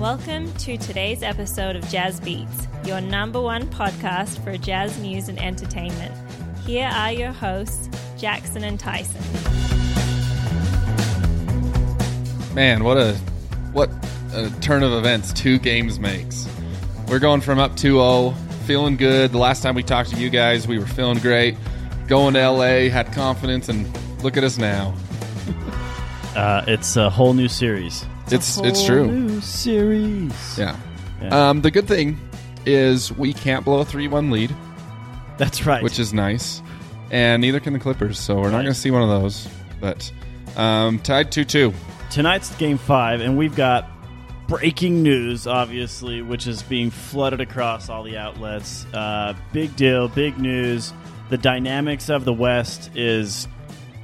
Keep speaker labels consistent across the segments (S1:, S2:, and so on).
S1: to today's episode of Jazz Beats, your number one podcast for jazz news and entertainment. Here are your hosts, Jackson and Tyson.
S2: Man, what a what a turn of events two games makes. We're going from up 2-0, feeling good. The last time we talked to you guys, we were feeling great. Going to LA, had confidence, and look at us now.
S3: Uh, it's a whole new series.
S2: It's it's true.
S3: New series.
S2: Yeah.
S3: Yeah.
S2: Um, the good thing is we can't blow a 3-1 lead,
S3: That's right.
S2: which is nice. And neither can the Clippers, so we're not
S3: Right.
S2: going to see one of those. But um, tied 2-2.
S3: tonight's game five, and we've got breaking news, obviously, which is being flooded across all the outlets. Uh, big deal, big news. The dynamics of the West is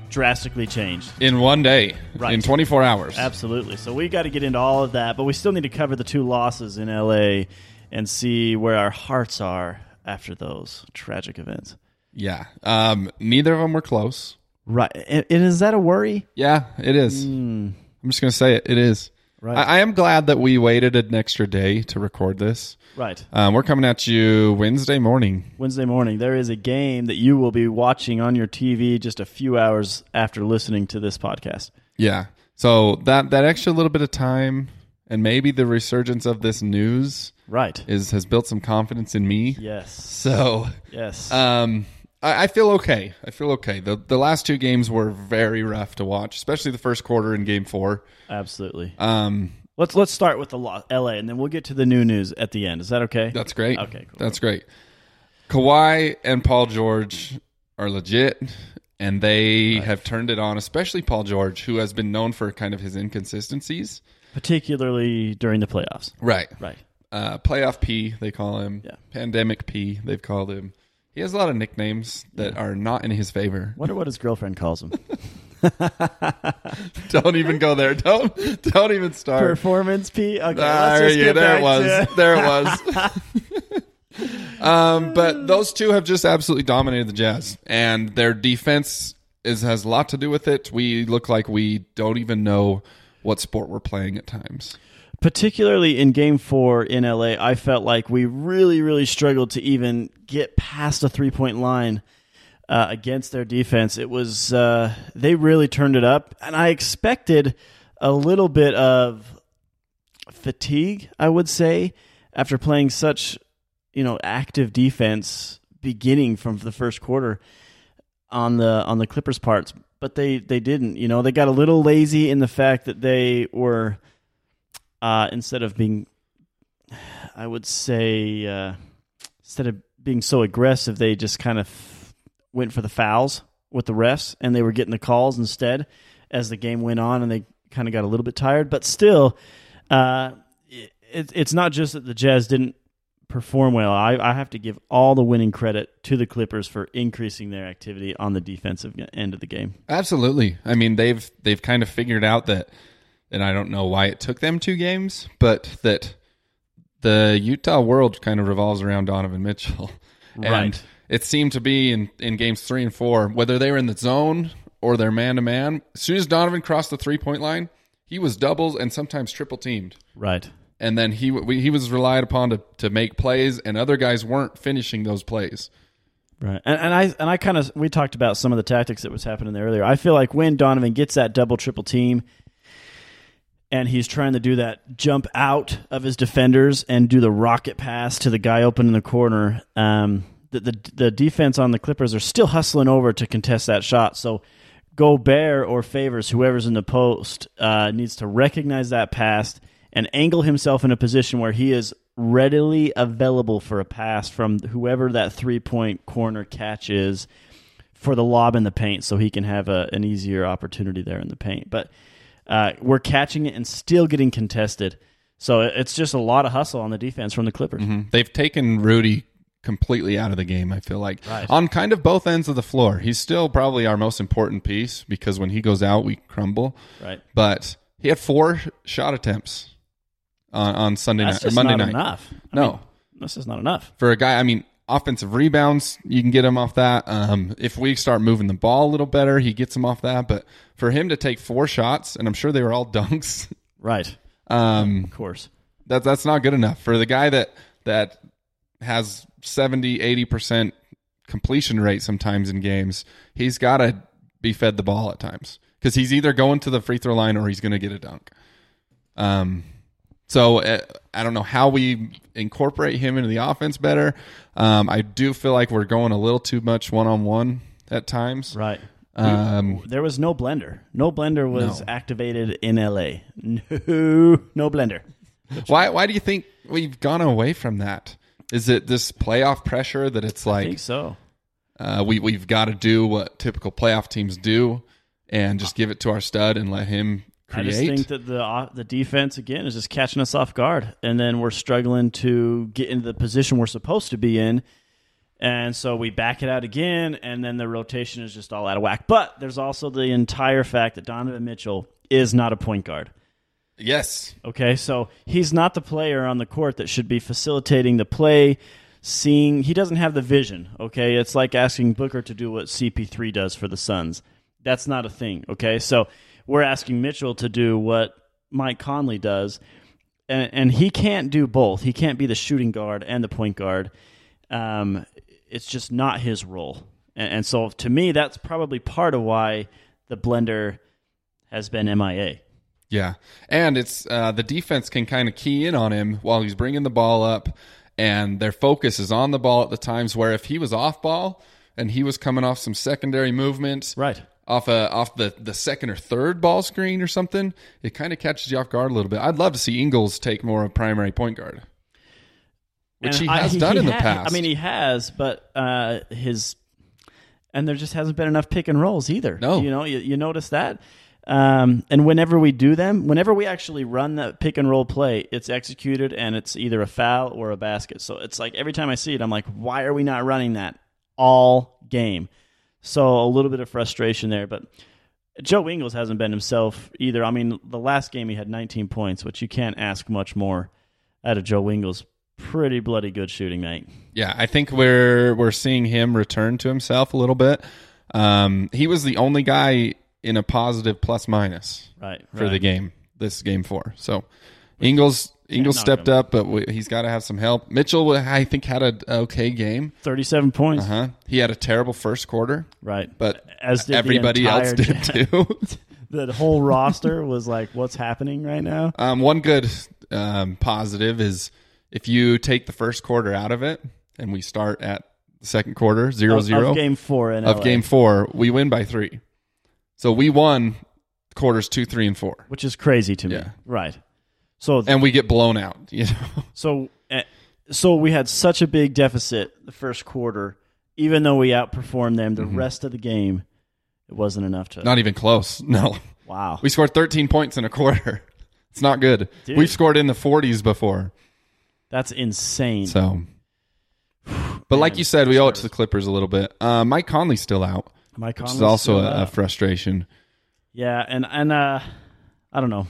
S3: drastically changed.
S2: in one day,
S3: Right.
S2: in 24 hours.
S3: Absolutely. So we got to get into all of that, but we still need to cover the two losses in LA and see where our hearts are after those tragic events.
S2: Yeah. Um, neither of them were close.
S3: Right. And and is that a worry?
S2: Yeah, it is. I'm just going to say it. It is.
S3: Hmm. Right.
S2: I, I am glad that we waited an extra day to record this.
S3: Right.
S2: Um, we're coming at you Wednesday morning.
S3: Wednesday morning, there is a game that you will be watching on your TV just a few hours after listening to this podcast.
S2: Yeah. So that that extra little bit of time and maybe the resurgence of this news
S3: Right.
S2: is has built some confidence in me.
S3: Yes.
S2: So
S3: Yes.
S2: Um, I, I feel okay. I feel okay. The the last two games were very rough to watch, especially the first quarter in Game Four.
S3: Absolutely.
S2: Um,
S3: let's let's start with the lo- LA and then we'll get to the new news at the end. Is that okay?
S2: That's great.
S3: Okay, cool.
S2: That's great. Kawhi and Paul George are legit, and they have turned it on, especially Paul George, who has been known for kind of his inconsistencies.
S3: Particularly during the playoffs.
S2: Right.
S3: Right.
S2: Uh, playoff P, they call him.
S3: Yeah.
S2: Pandemic P, they've called him. He has a lot of nicknames that are not in his favor.
S3: Wonder what his girlfriend calls him.
S2: Don't even go there. Don't don't even start.
S3: Performance P. Okay, let's
S2: There,
S3: just
S2: Ah, yeah,
S3: get
S2: there it was.
S3: back to-
S2: There it was. um, but those two have just absolutely dominated the Jazz, and their defense is has a lot to do with it. We look like we don't even know what sport we're playing at times.
S3: particularly in game four in LA, I felt like we really, really struggled to even get past the three point line uh, against their defense. It was, uh, they really turned it up, and I expected a little bit of fatigue, I would say, after playing such, you know, active defense beginning from the first quarter on the on the Clippers parts, but they they didn't, you know, they got a little lazy in the fact that they were uh, instead of being, I would say, uh, instead of being so aggressive, they just kind of went for the fouls with the refs, and they were getting the calls instead as the game went on, and they kind of got a little bit tired. But still, uh, it, it- it's not just that the Jazz didn't perform well. I, I have to give all the winning credit to the Clippers for increasing their activity on the defensive end of the game.
S2: Absolutely. I mean, they've they've kind of figured out that, and I don't know why it took them two games, but that the Utah world kind of revolves around Donovan Mitchell, and
S3: Right.
S2: it seemed to be in in games three and four, whether they were in the zone or they're man to man. As soon as Donovan crossed the three point line, he was doubles and sometimes triple teamed,
S3: Right.
S2: and then he w- he was relied upon to to make plays, and other guys weren't finishing those plays.
S3: Right. And, and I and I kind of we talked about some of the tactics that was happening there earlier. I feel like when Donovan gets that double triple team and he's trying to do that jump out of his defenders and do the rocket pass to the guy open in the corner, um, the, the the defense on the Clippers are still hustling over to contest that shot. So Gobert or Favors, whoever's in the post, uh, needs to recognize that pass and angle himself in a position where he is readily available for a pass from whoever that three point corner catch is for the lob in the paint so he can have a, an easier opportunity there in the paint. But uh, we're catching it and still getting contested. So it- it's just a lot of hustle on the defense from the Clippers.
S2: Mm-hmm. They've taken Rudy completely out of the game, I feel like. On kind of both ends of the floor. He's still probably our most important piece because when he goes out, we crumble.
S3: Right.
S2: But he had four shot attempts on, on Sunday
S3: That's
S2: night or
S3: just
S2: uh, Monday
S3: not
S2: night.
S3: enough. I
S2: No.
S3: mean, that's just not enough.
S2: For a guy, I mean, offensive rebounds, you can get him off that. Um, if we start moving the ball a little better, he gets him off that. But for him to take four shots, and I'm sure they were all dunks,
S3: Right.
S2: um,
S3: Of course.
S2: That that's not good enough for the guy that that has 70, 80% completion rate sometimes in games. He's got to be fed the ball at times cuz he's either going to the free throw line or he's going to get a dunk. Um so uh, I don't know how we incorporate him into the offense better. Um, I do feel like we're going a little too much one on one at times.
S3: Right.
S2: Um,
S3: There was no blender. No blender was
S2: No.
S3: activated in LA. No, no blender.
S2: why why do you think we've gone away from that? Is it this playoff pressure that it's
S3: I
S2: like
S3: think so.
S2: uh, we we've got to do what typical playoff teams do and just give it to our stud and let him create?
S3: I just think that the uh, the defense again is just catching us off guard, and then we're struggling to get into the position we're supposed to be in, and so we back it out again, and then the rotation is just all out of whack. But there's also the entire fact that Donovan Mitchell is not a point guard.
S2: yes,
S3: Okay, so he's not the player on the court that should be facilitating the play, seeing. He doesn't have the vision. Okay, it's like asking Booker to do what CP3 does for the Suns. That's not a thing. Okay, so we're asking Mitchell to do what Mike Conley does, and, and he can't do both. He can't be the shooting guard and the point guard. Um, it's just not his role. And, and so to me, that's probably part of why the blender has been MIA.
S2: Yeah, and it's uh, the defense can kind of key in on him while he's bringing the ball up, and their focus is on the ball at the times where if he was off ball and he was coming off some secondary movements,
S3: Right.
S2: off a off the the second or third ball screen or something, it kind of catches you off guard a little bit. I'd love to see Ingles take more of primary point guard, which he
S3: I-
S2: has done in the
S3: ha-
S2: past.
S3: I mean, he has, but uh, his and there just hasn't been enough pick and rolls either.
S2: No.
S3: you know, you, you notice that. Um, and whenever we do them, whenever we actually run that pick and roll play, it's executed and it's either a foul or a basket. So it's like every time I see it, I'm like, why are we not running that all game? So a little bit of frustration there, but Joe Ingles hasn't been himself either. I mean, the last game he had 19 points, which you can't ask much more out of Joe Ingles. Pretty bloody good shooting night.
S2: Yeah, I think we're we're seeing him return to himself a little bit. Um, he was the only guy in a positive plus minus
S3: Right.
S2: for the game this game four. So Ingles Ingles
S3: knock
S2: stepped
S3: him.
S2: up, but we, he's got to have some help. Mitchell, I think, had a okay game.
S3: 37 points.
S2: Huh? He had a terrible first quarter,
S3: Right.
S2: but
S3: As did the
S2: everybody else
S3: entire
S2: did too.
S3: the whole roster was like, what's happening right now?
S2: um, one good um, positive is if you take the first quarter out of it and we start at the second quarter zero
S3: Of-
S2: zero.
S3: Of game four in
S2: of
S3: LA,
S2: game four, we win by three. So we won quarters two, three, and four,
S3: Which is crazy to me.
S2: Yeah.
S3: Right. So,
S2: and we get blown out. You know,
S3: so, eh, so we had such a big deficit the first quarter, even though we outperformed them the rest of the game, it wasn't enough to.
S2: Mm-hmm. not even close. No,
S3: wow.
S2: we scored 13 points in a quarter. It's not good.
S3: Dude.
S2: We've scored in the 40s before,
S3: That's insane.
S2: so. But like you said, we owe it to the Clippers a little bit. Uh, Mike Conley's still out,
S3: Mike
S2: which
S3: Conley's
S2: is also
S3: still
S2: a, a
S3: out.
S2: frustration.
S3: Yeah, and and uh, I don't know.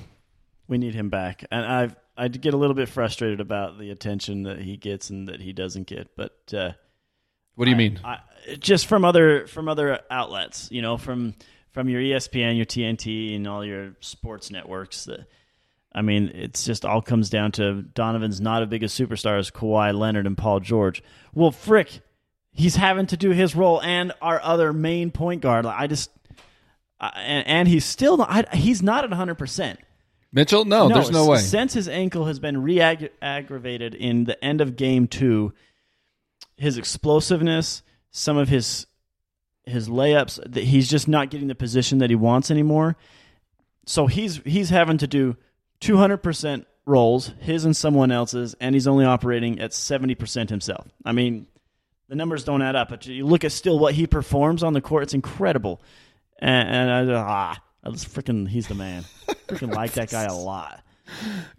S3: We need him back, and I've I get a little bit frustrated about the attention that he gets and that he doesn't get, but uh,
S2: What do you mean?
S3: I, just from other from other outlets, you know, from from your E ESPN, your TNT, and all your sports networks. That I mean, it's just all comes down to Donovan's not as big a superstar as Kawhi Leonard and Paul George. Well, frick, he's having to do his role and our other main point guard. Like, I just I, and, and he's still not, I, he's not at one hundred percent.
S2: Mitchell? No, Oh, there's no way.
S3: s- Since his ankle has been re-aggravated in the end of game two, his explosiveness, some of his his layups, that he's just not getting the position that he wants anymore. So he's he's having to do 200% rolls, his and someone else's, and he's only operating at 70% himself. I mean, the numbers don't add up, but you look at still what he performs on the court, it's incredible. And, and I, ah, I just freaking, he's the man. Freaking like that guy a lot.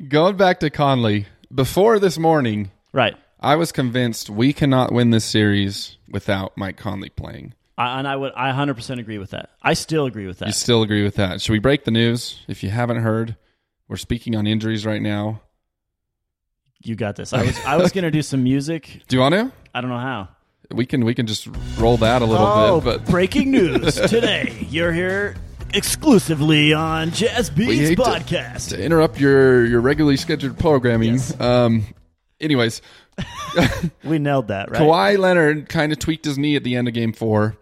S2: Going back to Conley, before this morning,
S3: Right.
S2: I was convinced we cannot win this series without Mike Conley playing.
S3: I, and I would, I 100% agree with that. I still agree with
S2: You
S3: that.
S2: still agree with that? Should we break the news? If you haven't heard, we're speaking on injuries right now.
S3: You got this. I was, I was going to do some music.
S2: Do you want to?
S3: I don't know how.
S2: We can we can just roll that a little
S3: oh,
S2: bit, but
S3: breaking news today. You're here exclusively on Jazz Beats
S2: hate to-
S3: Podcast.
S2: to interrupt your your regularly scheduled programming.
S3: Yes.
S2: Um, anyways,
S3: we nailed that, right?
S2: Kawhi Leonard kind of tweaked his knee at the end of Game Four.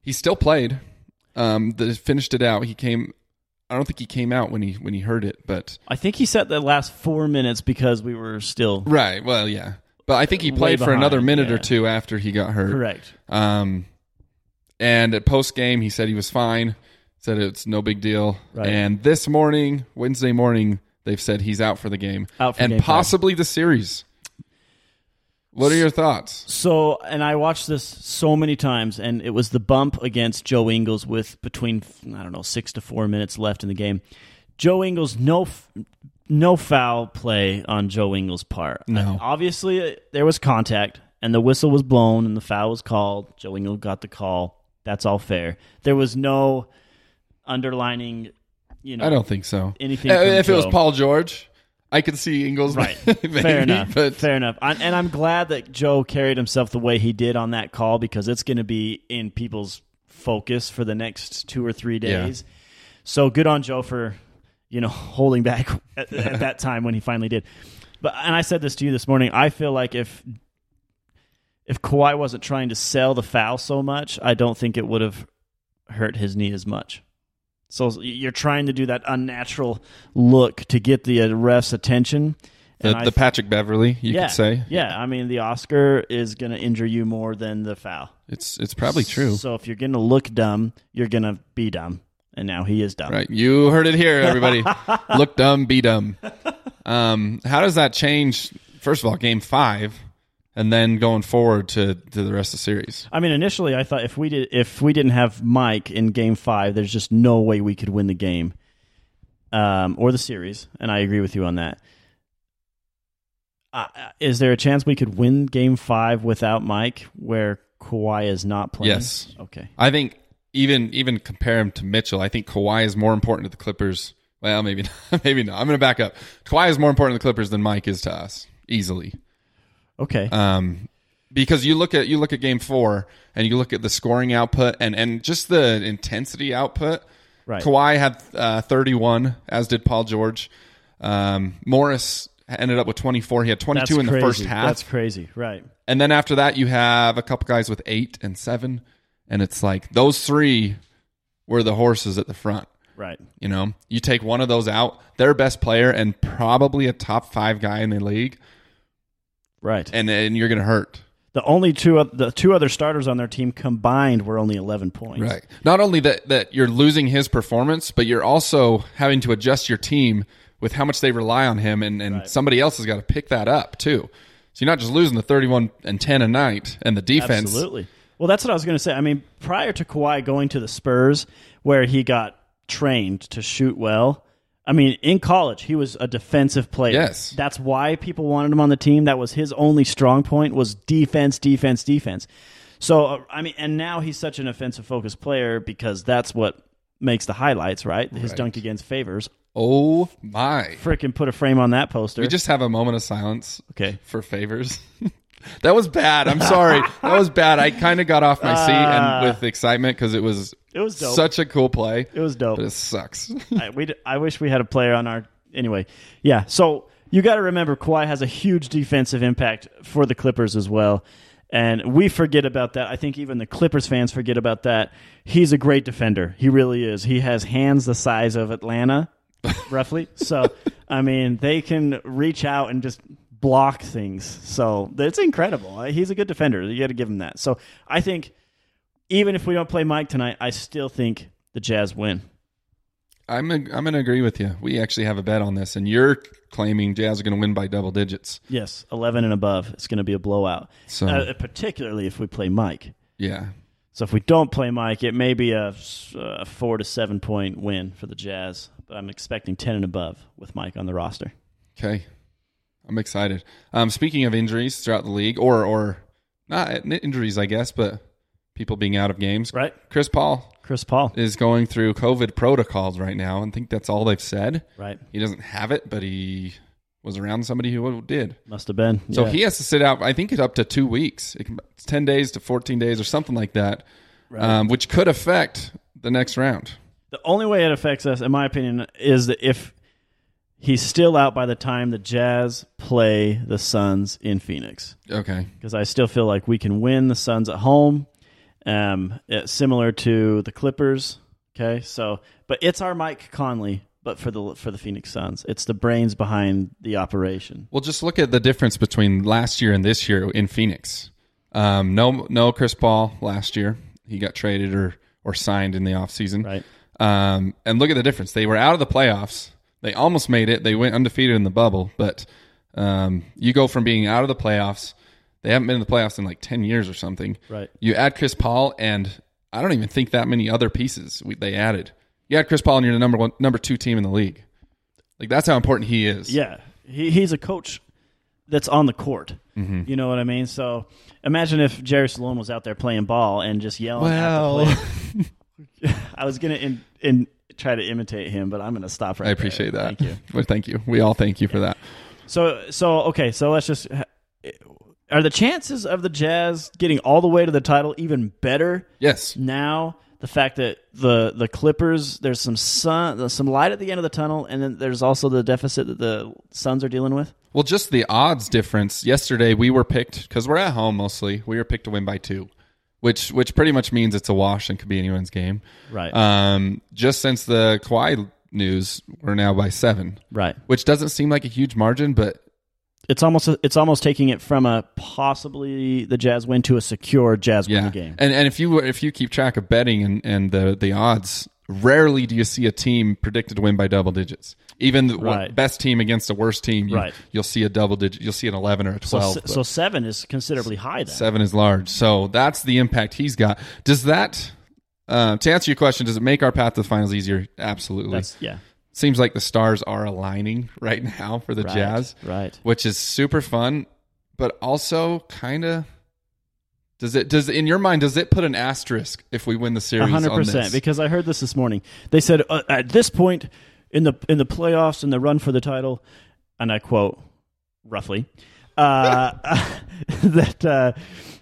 S2: He still played. Um, the, finished it out. He came. I don't think he came out when he when he heard it, but
S3: I think he set the last four minutes because we were still
S2: right. Well, yeah. But I think he
S3: Way
S2: played for
S3: behind,
S2: another minute or
S3: yeah.
S2: two after he got hurt.
S3: correct.
S2: Um, and at post game, he said he was fine. Said it's no big deal.
S3: Right.
S2: And this morning, Wednesday morning, they've said he's out for the game
S3: Out for
S2: and
S3: game five.
S2: possibly the series. What are your thoughts?
S3: So, and I watched this so many times, and it was the bump against Joe Ingles with between I don't know six to four minutes left in the game. Joe Ingles, no, f- no foul play on Joe Ingles' part.
S2: No.
S3: Uh, obviously uh, there was contact, and the whistle was blown, and the foul was called. Joe Ingles got the call. That's all fair. There was no underlining, you know.
S2: I don't think so.
S3: Anything
S2: Uh,
S3: from
S2: if it was
S3: Joe.
S2: Paul George, I could see Ingles.
S3: Right.
S2: maybe,
S3: Fair enough.
S2: But
S3: Fair enough. I, and I'm glad that Joe carried himself the way he did on that call because it's going to be in people's focus for the next two or three
S2: Yeah.
S3: days. So good on Joe for you know holding back at, at that time when he finally did. But and I said this to you this morning. I feel like if if Kawhi wasn't trying to sell the foul so much, I don't think it would have hurt his knee as much. So you're trying to do that unnatural look to get the uh, ref's attention.
S2: the,
S3: and I
S2: the Patrick Beverly, you
S3: yeah.
S2: could say
S3: Yeah, I mean the Oscar is going to injure you more than the foul.
S2: it's it's probably true.
S3: So if you're going to look dumb, you're going to be dumb. And now he is dumb.
S2: Right. You heard it here, everybody. Look dumb, be dumb. Um, how does that change, first of all, game five, and then going forward to, to the rest of the series?
S3: I mean, initially I thought if we did if we didn't have Mike in Game Five, there's just no way we could win the game, um, or the series. And I agree with you on that. Uh, is there a chance we could win Game Five without Mike, where Kawhi is not playing?
S2: Yes.
S3: Okay.
S2: I think even even compare him to Mitchell, I think Kawhi is more important to the Clippers. Well, maybe not. Maybe not. I'm going to back up. Kawhi is more important to the Clippers than Mike is to us, easily.
S3: Okay.
S2: um, because you look at you look at game four and you look at the scoring output and and just the intensity output.
S3: Right.
S2: Kawhi had uh, 31, as did Paul George. Um, Morris ended up with 24. He had 22
S3: That's
S2: in the
S3: crazy.
S2: first half,
S3: That's crazy. Right.
S2: and then after that, you have a couple guys with eight and seven, and it's like those three were the horses at the front.
S3: Right.
S2: You know, you take one of those out, their best player and probably a top five guy in the league,
S3: Right.
S2: and and you're gonna hurt.
S3: The only two oth- the two other starters on their team combined were only eleven points.
S2: Right. Not only that that you're losing his performance, but you're also having to adjust your team with how much they rely on him and, and somebody else has got to pick that up too. So you're not just losing the thirty one and ten a night and the defense.
S3: Absolutely. Well, that's what I was going to say. I mean, prior to Kawhi going to the Spurs, where he got trained to shoot well, I mean, in college he was a defensive player.
S2: Yes.
S3: that's why people wanted him on the team. That was his only strong point was defense, defense, defense. So uh, I mean, and now he's such an offensive focused player because that's what makes the highlights, right? His dunk against Favors,
S2: Oh my.
S3: freaking put a frame on that poster.
S2: We just have a moment of silence
S3: okay.
S2: for favors. that was bad. I'm sorry. that was bad. I kind of got off my seat and with excitement because it was
S3: Uh. It was dope.
S2: such a cool play.
S3: It was dope.
S2: But it sucks.
S3: I, we d- I wish we had a player on our anyway. Yeah, so you got to remember Kawhi has a huge defensive impact for the Clippers as well. And we forget about that. I think even the Clippers fans forget about that. He's a great defender. He really is. He has hands the size of Atlanta, roughly. So, I mean, they can reach out and just block things. So, it's incredible. Uh, He's a good defender. You got to give him that. So, I think even if we don't play Mike tonight, I still think the Jazz win.
S2: I'm i I'm gonna agree with you. We actually have a bet on this, and you're claiming Jazz are gonna win by double digits.
S3: Yes, eleven and above. It's going to be a blowout,
S2: So-
S3: uh, particularly if we play Mike.
S2: Yeah,
S3: So if we don't play Mike, it may be a, uh four to seven point win for the Jazz. But I'm expecting ten and above with Mike on the roster.
S2: okay. I'm excited. Um, speaking of injuries throughout the league, or or not in- injuries, I guess, but people being out of games.
S3: Right.
S2: Chris Paul
S3: Chris Paul,
S2: is going through COVID protocols right now, and think that's all they've said.
S3: right?
S2: He doesn't have it, but he was around somebody who did.
S3: Must have been.
S2: So
S3: Yeah.
S2: he has to sit out. I think it's up to two weeks. It can, it's ten days to fourteen days, or something like that, um, which could affect the next round.
S3: The only way it affects us, in my opinion, is that if he's still out by the time the Jazz play the Suns in Phoenix,
S2: Okay.
S3: because I still feel like we can win the Suns at home, um, it's similar to the Clippers. Okay, so but it's our Mike Conley, but for the for the Phoenix Suns, it's the brains behind the operation.
S2: Well, just look at the difference between last year and this year in Phoenix. Um, no, no, Chris Paul last year. He got traded or or signed in the offseason.
S3: Right.
S2: Um, and look at the difference. They were out of the playoffs. They almost made it. They went undefeated in the bubble. But um, you go from being out of the playoffs. They haven't been in the playoffs in like ten years or something.
S3: Right.
S2: You add Chris Paul, and I don't even think that many other pieces we, they added. You add Chris Paul, and you're the number one, number two team in the league. Like that's how important he is.
S3: Yeah, he, he's a coach that's on the court.
S2: Mm-hmm.
S3: You know what I mean? So imagine if Jerry Sloan was out there playing ball and just yelling. at the
S2: Well.
S3: player. I was gonna in, in, try to imitate him, but I'm gonna stop right.
S2: I appreciate
S3: there.
S2: that.
S3: Thank you.
S2: Well, thank you. We all thank you for that.
S3: So so okay. So let's just. Are the chances of the Jazz getting all the way to the title even better
S2: Yes.
S3: now? The fact that the the Clippers, there's some sun, there's some light at the end of the tunnel, and then there's also the deficit that the Suns are dealing with.
S2: Well, just the odds difference. Yesterday we were picked because we're at home mostly. We were picked to win by two, which which pretty much means it's a wash and could be anyone's game.
S3: Right.
S2: Um, just since the Kawhi news, we're now by seven,
S3: right.
S2: which doesn't seem like a huge margin, but
S3: it's almost it's almost taking it from a possibly the Jazz win to a secure Jazz
S2: yeah.
S3: win the game.
S2: And and if you were- if you keep track of betting and and the the odds. Rarely do you see a team predicted to win by double digits. Even the one-
S3: Right.
S2: best team against the worst team, you,
S3: Right.
S2: you'll see a double digit. You'll see an eleven or a
S3: So,
S2: twelve.
S3: se-
S2: but-
S3: so seven is considerably high. Then
S2: Seven is large. So that's the impact he's got. Does that, uh, to answer your question, does it make our path to the finals easier? Absolutely.
S3: that's yeah,
S2: Seems like the stars are aligning right now for the
S3: right,
S2: Jazz,
S3: Right.
S2: which is super fun, but also kind of. Does it does in your mind does it put an asterisk if we win the series?
S3: hundred
S2: on this?
S3: percent. Because I heard this this morning. They said uh, at this point in the in the playoffs and the run for the title, and I quote roughly uh, that uh,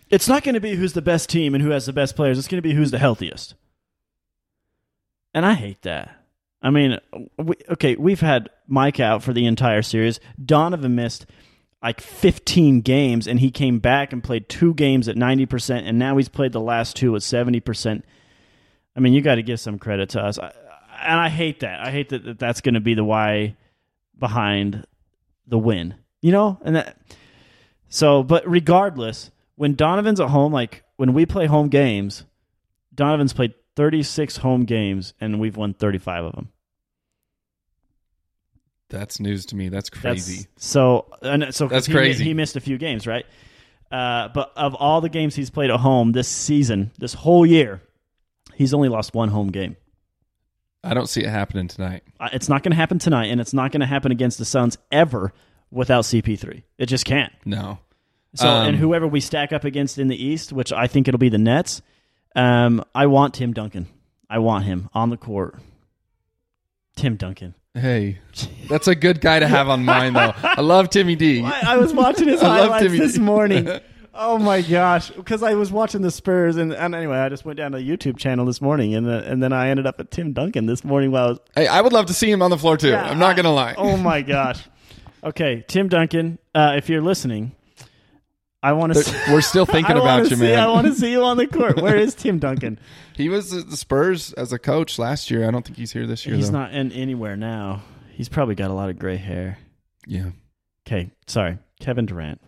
S3: it's not going to be who's the best team and who has the best players. It's going to be who's the healthiest. And I hate that. I mean, we, okay, we've had Mike out for the entire series. Donovan missed like 15 games, and he came back and played two games at 90%, and now he's played the last two at 70%. I mean, you got to give some credit to us. I, and I hate that. I hate that, that that's going to be the why behind the win, you know? And that, so, but regardless, when Donovan's at home, like when we play home games, Donovan's played 36 home games and we've won 35 of them.
S2: that's news to me. That's
S3: That's
S2: crazy.
S3: so and so
S2: That's
S3: he mi-
S2: crazy.
S3: He missed a few games, right? Uh, but of all the games he's played at home this season, this whole year, he's only lost one home game.
S2: I don't see it happening tonight.
S3: Uh, It's not going to happen tonight, and it's not going to happen against the Suns ever without CP3. It just can't.
S2: No,
S3: So,
S2: Um,
S3: and whoever we stack up against in the East, which I think it'll be the Nets, um, I want Tim Duncan. I want him on the court. Tim Duncan.
S2: hey, that's a good guy to have on mind though. I love Timmy D.
S3: I, I was watching his
S2: I love
S3: highlights
S2: Timmy
S3: this
S2: D.
S3: morning. Oh my gosh! Because I was watching the Spurs, and, and anyway, I just went down to the YouTube channel this morning, and the, and then I ended up at Tim Duncan this morning while I was.
S2: Hey, I would love to see him on the floor too. I'm not
S3: I-
S2: gonna lie.
S3: Oh my gosh! Okay, Tim Duncan, uh, if you're listening, I want to.
S2: But we're still thinking about you, man.
S3: I want to see you on the court. Where is Tim Duncan?
S2: He was at the Spurs as a coach last year. I don't think he's here this year.
S3: He's
S2: though.
S3: not in anywhere now. He's probably got a lot of gray hair.
S2: Yeah.
S3: Okay, sorry, Kevin Durant.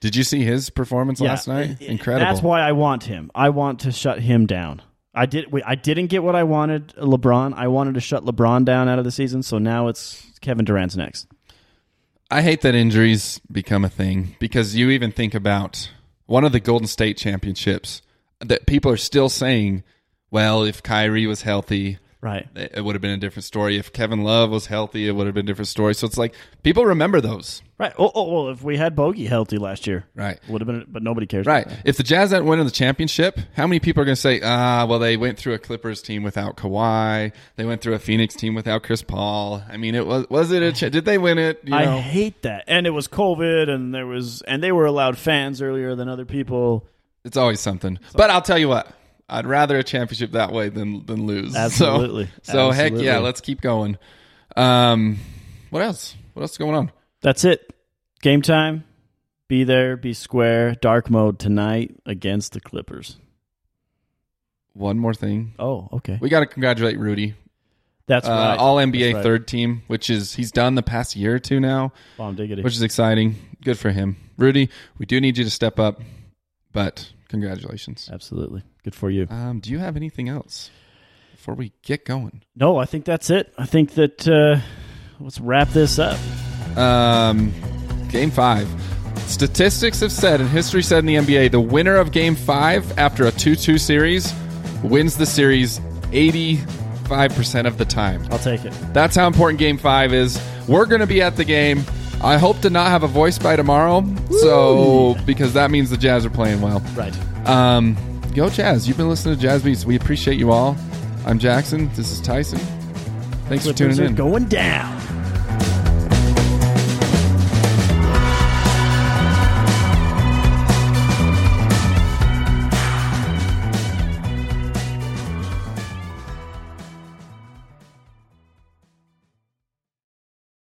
S2: Did you see his performance last
S3: Yeah,
S2: night?
S3: it- it-
S2: Incredible.
S3: That's why I want him. I want to shut him down. I did. Wait, I didn't get what I wanted. LeBron. I wanted to shut LeBron down out of the season. So now it's Kevin Durant's next.
S2: I hate that injuries become a thing because you even think about one of the Golden State championships that people are still saying, well, if Kyrie was healthy,
S3: Right.
S2: it it would have been a different story. If Kevin Love was healthy, it would have been a different story. So it's like people remember those.
S3: Right. Oh, oh well, if we had Bogey healthy last year,
S2: Right.
S3: would have been. But nobody cares.
S2: Right. If the Jazz hadn't won the championship, how many people are going to say, ah, well, they went through a Clippers team without Kawhi. They went through a Phoenix team without Chris Paul. I mean, it was was it a cha- did they win it? You
S3: I
S2: know,
S3: hate that. And it was COVID, and there was, and they were allowed fans earlier than other people.
S2: it's always something. But I'll tell you what, I'd rather a championship that way than than lose. So-
S3: Absolutely.
S2: So, heck yeah,
S3: Absolutely.
S2: let's keep going. Um, what else? What else is going on?
S3: That's it. Game time. Be there, be square. Dark mode tonight against the Clippers.
S2: One more thing.
S3: Oh, okay.
S2: We got to congratulate Rudy,
S3: That's
S2: uh,
S3: right.
S2: All NBA
S3: That's right.
S2: third team, which is he's done the past year or two now,
S3: Bomb Oh, diggity.
S2: which is exciting. Good for him, Rudy. We do need you to step up, but congratulations.
S3: Absolutely. Good for you.
S2: Um, do you have anything else before we get going?
S3: No, I think that's it. I think that uh, let's wrap this up.
S2: Um, game five. Statistics have said, and history said in the NBA, the winner of game five after a 2 2 series wins the series 85% of the time.
S3: I'll take it.
S2: That's how important game five is. We're going to be at the game. I hope to not have a voice by tomorrow, so because that means the Jazz are playing well.
S3: Right.
S2: Um, go Jazz! You've been listening to Jazz Beats. We appreciate you all. I'm Jackson. This is Tyson. Thanks for
S3: Clippers
S2: tuning
S3: are
S2: in.
S3: going down.